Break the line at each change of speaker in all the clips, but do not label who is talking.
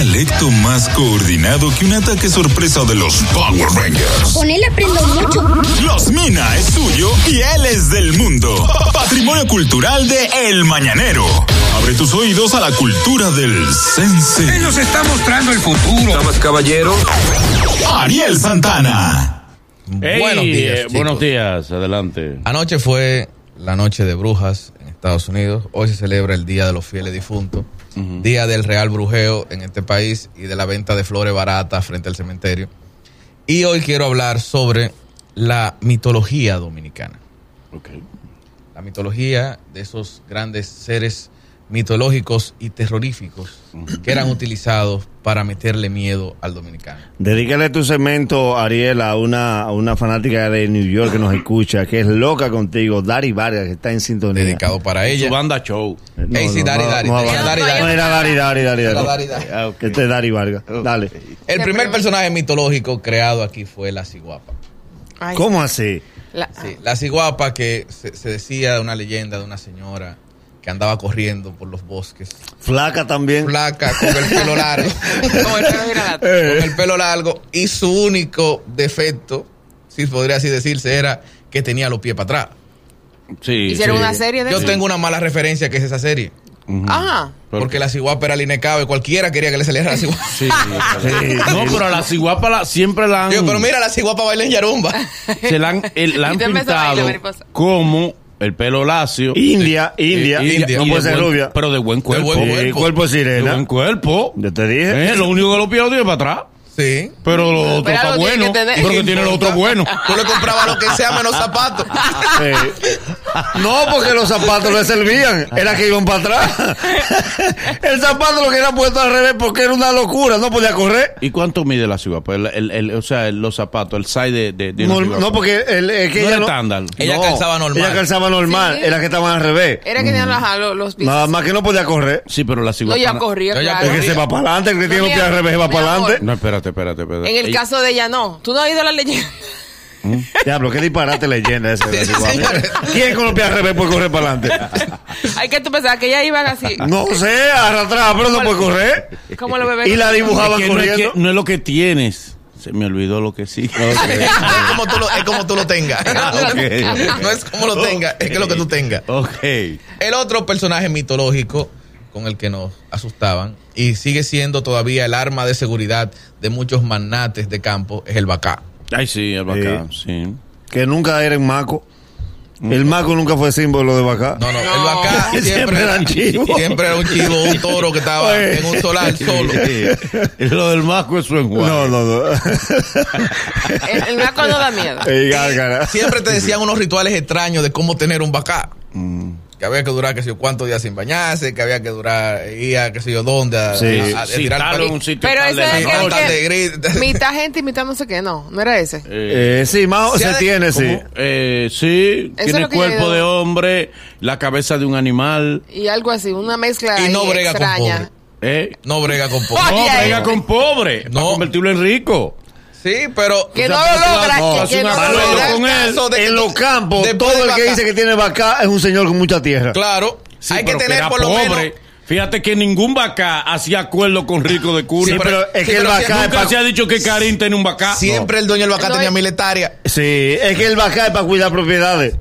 alecto más coordinado que un ataque sorpresa de los Power Rangers.
Con él aprendo mucho.
Los Mina es suyo y él es del mundo. Patrimonio cultural de El Mañanero. Abre tus oídos a la cultura del sense.
Él nos está mostrando el futuro.
Damas, caballero.
Ariel Santana.
Ey,
buenos días.
eh, buenos
chicos.
días, adelante.
Anoche fue la noche de brujas en Estados Unidos. Hoy se celebra el Día de los Fieles Difuntos, Día del Real Brujeo en este país y de la venta de flores baratas frente al cementerio. Y hoy quiero hablar sobre la mitología dominicana.
Ok.
La mitología de esos grandes seres mitológicos y terroríficos que eran utilizados para meterle miedo al dominicano.
Dedícale tu segmento, Ariel, a una, a una fanática de New York que nos escucha, que es loca contigo, Dari Vargas, que está en sintonía.
Dedicado para
Su
ella.
banda show.
Eh,
Ey, sí, Dari, Dari,
No, no,
Dari,
no,
Dari,
no,
Dari.
no era Dari, Dari, Dari,
Era Dari,
Dari.
Dari.
Ah, ok. Este es Dari Vargas. Dale.
El primer personaje mitológico creado aquí fue la ciguapa.
Ay,
¿Cómo así?
la-
Sí, la ciguapa que se, se decía de una leyenda de una señora que andaba corriendo por los bosques,
Flaca también.
flaca, con el pelo largo,
como el reloj de la lata.
con el pelo largo, y su único defecto, si podría así decirse, era que tenía los pies para atrás.
Sí.
Hicieron
sí.
una serie de.
Yo tengo una mala referencia que es esa serie,
Ujú.
Ajá.
¿Por
porque
qué?
la ciguapa era linecaba y cualquiera quería que le saliera la ciguapa.
Sí, sí, sí. No, pero a la ciguapa la- siempre la han,
Yo, pero mira, la ciguapa baila en yarumba.
se la han, el- la
Y
han
te empezó a bailar,
pintado
mariposa.
como el pelo lacio. Eh,
India, India.
Y- y-
India.
No
y
puede
de
ser
buen-
rubia.
Pero de buen cuerpo.
buen
Sí,
cuerpo.
cuerpo de
De buen
sirena.
cuerpo.
Yo te dije.
Eh, lo único que lo pierde es para atrás.
Sí.
Pero lo otro
Pero
está
algo tiene
bueno.
que tener.
Pero que tiene lo otro bueno.
Tú le comprabas lo que sea menos zapatos.
Sí. No, porque los zapatos le servían. Era que iban para atrás. El zapato lo que era puesto al revés porque era una locura. No podía correr.
¿Y cuánto mide la ciguapa? El, el- el- o sea, el- los zapatos, el size de, de, de una
No,
ciguapa.
no, porque el, es que
No
ella
era
no-
estándar.
Ella
No,
calzaba normal.
Ella calzaba normal.
Sí.
Era que estaban al revés.
Era que tenían los, los, los pies.
Nada más que no podía correr.
Sí, pero la
No,
ciguapa.
ya
no-
corría,
No, ya
claro.
El que se va para adelante, el que tiene los pies al revés va
mi
para
amor.
adelante.
No, espérate, espérate, espérate.
En el
Ella-
caso de ella, no. Tú no has oído la leyenda.
Diablo, qué disparate leyenda ese. de la
Sí,
ciguapa.
señores.
¿Quién con los pies al revés puede correr para adelante?
Hay que tú pensabas que ella iban así.
No sé, arrastraba, pero no puede correr.
Como los bebés.
Y la dibujaban
que no, es
corriendo.
que- no es lo que tienes. Se me olvidó lo que sí.
Es como tú lo, es como tú lo tengas.
Ah,
Ok.
No es como lo tengas, es que es lo que tú tengas.
Ok.
El otro personaje mitológico con el que nos asustaban y sigue siendo todavía el arma de seguridad de muchos magnates de campo es el bacá.
Ay, sí, el bacán, sí.
que nunca era en Maco. El Maco nunca fue símbolo de Bacá.
No, no, el bacá
Siempre
siempre,
era un chivo.
siempre era un chivo, un toro que estaba
Oye.
en un solar solo.
Sí. Lo del masco es su enjuague.
no, no. no.
El, el maco no da miedo.
Ey, gárgara.
Siempre te decían unos rituales extraños de cómo tener un bacá.
Mm.
Que había que durar, que sé yo, cuántos días sin bañarse, que había que durar, ir a, qué sé yo, dónde, a,
Sí.
a- a- a
Citarlo
tirar pa-
en eh, un sitio.
Pero
tal de
ese
la
es
Cantan
el
noche.
de
que.
grito.
Mitad gente y mitad no sé qué. No, no era ese.
Eh,
Eh, sí, Mao
Se
se,
ha de-
tiene, sí.
¿cómo? Eh, sí,
es
tiene
lo que yo
cuerpo
digo.
de hombre, la cabeza de un animal.
Y algo así, una mezcla
Y no
ahí
brega con
extraña.
pobre.
¿eh?
No brega con poco.
No,
Oye,
brega
eh.
con pobre.
No.
Para convertirlo en rico.
Sí, pero.
Que no lo logra.
no,
que-
hace
que
una
no lo
rueda
logra.
con él.
caso de que
En
tú-
los campos,
después
todo
de
el que
Bacá-
dice que tiene Bacá es un señor con mucha tierra.
Claro.
Sí,
hay que
pero
tener
era
por lo
pobre.
menos.
Fíjate que ningún bacá hacía acuerdo con rico de
Sí,
cuna.
pero es
sí,
que el
pero
Bacá es
Nunca
para...
se ha dicho que Karim tiene un bacá.
Siempre el dueño del bacá
No
tenía
hay-
mil hectáreas.
Sí, es que el Bacá es para cuidar propiedades.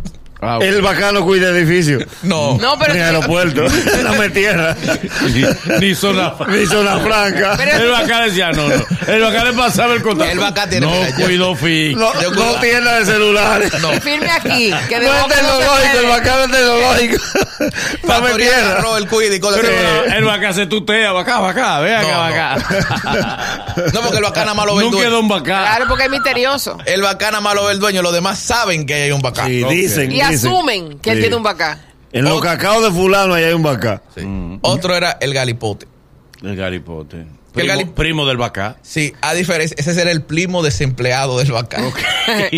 Ah, ok.
El Bacá no cuida edificios.
No.
No,
Ni
pero.
aeropuerto, dame tierra,
No. Ni zona.
ni zona franca.
El bacá decía, no, no. El bacá le pasaba el contrato.
El Bacá tiene medalla.
No cuidó fin.
No,
Yo
no
cuido-
tienda de celulares.
No.
Firme aquí. Que de
No es
boca no se
tecnológico, el
puede.
Bacá no es tecnológico. Dame
Factoría
tierra.
agarró el cuide y cosas así.
Pero el bacá se tutea, bacá, bacá, ve acá, bacá.
No, porque el bacá nada más lo ve el
No quedó
dueño.
un bacá.
Claro, porque es misterioso.
El bacá nada más lo ve el dueño. Los demás saben que hay un bacá.
Sí,
Ok.
dicen,
Y
dicen.
asumen que él
Sí.
tiene un bacá.
En los
Ot-
cacaos de fulano ahí hay un bacá.
Sí. Otro era el galipote.
El galipote.
Que el
Primo,
gali-
primo del bacá.
Sí, a diferencia, ese era el primo desempleado del bacá.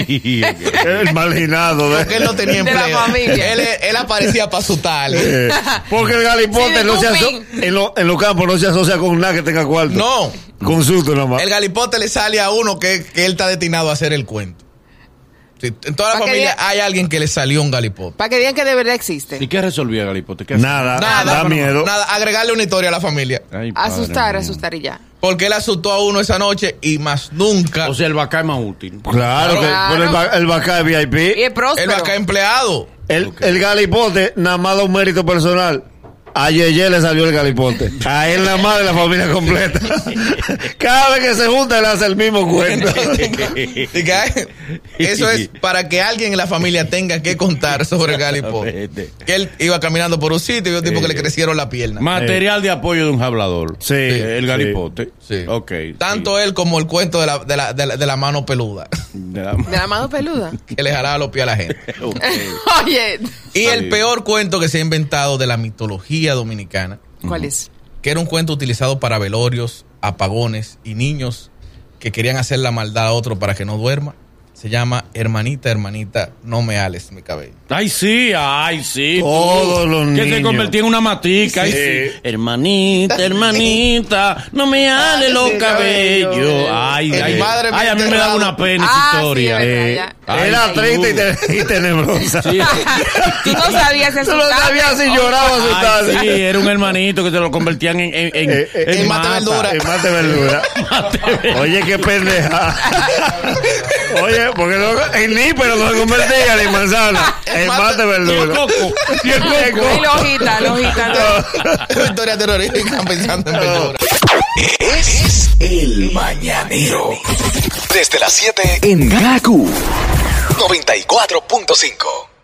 El marginado.
Porque él
De...
no tenía
De la
empleo.
familia.
Él, él aparecía para su tal.
Eh, Porque el galipote
Sí,
no se aso-
Cupín.
en, lo- en los campos no se asocia con nada que tenga cuarto.
No.
Con susto nomás.
El galipote le sale a uno que, que él está destinado a hacer el cuento. Sí, en toda la
Pa' que
familia
diga-
hay alguien que le salió un galipote.
Para que digan que de verdad existe.
¿Y qué resolvía el galipote? ¿Qué hacía?
Nada,
Nada,
da
pero no,
miedo.
Nada, agregarle una historia a la familia.
Ay, padre
Asustar,
mío.
asustar y ya.
Porque él asustó a uno esa noche y más nunca.
O sea, el bacá es más útil.
Claro, que
Claro.
pero el, ba- el Bacá es
Y
VIP.
es próspero.
él va acá empleado.
El, el galipote nada más da un mérito personal. A Yeye le salió el galipote. A él nada más de la familia completa. Cada vez que se junta, él hace el mismo cuento.
Y que, ay, Eso es para que alguien en la familia tenga que contar sobre Galipo. Que él iba caminando por un sitio y vio un tipo que le crecieron la pierna.
Material de apoyo de un hablador.
Sí,
El
sí.
galipote.
Sí.
Ok.
Tanto él como el cuento de la, de la- de la- de la mano peluda,
De la mano peluda.
que le jalaba los pies a la gente.
Oye,
Y
Sí.
el peor cuento que se ha inventado de la mitología dominicana,
¿cuál es?
que era un cuento utilizado para velorios, apagones y niños que querían hacer la maldad a otro para que no duerma, se llama Hermanita, hermanita, no me ales mi cabello.
Ay, sí, ay, sí.
Todos los
que se
niños.
convertía en una matica. ay, sí. Hermanita, hermanita, no me hale los cabellos. Ay,
El
ay.
madre me
Ay, a mí me da
enterrado.
una pena
Ah,
esa
sí,
historia. Eh,
es verdad, ya.
Ay,
Era
sí.
30 y, te- y tenebrosa.
Sí.
Tú no sabías eso.
Tú
Oh,
no sabías si lloraba su
Ay, sí,
tarde.
era un hermanito que se lo convertían en, en, en,
Eh, eh,
en
en mata verdura.
El mate verdura. Oye, qué pendeja. Oye, porque no, en ni, pero no se convertía ni en manzana. El mate verdura.
Coco.
Y el
Y la
coco.
hojita, la hojita. ¿no?
Victoria terrorífica pensando en verduras.
Es el mañanero. Desde las 7 en Gaku 94.5.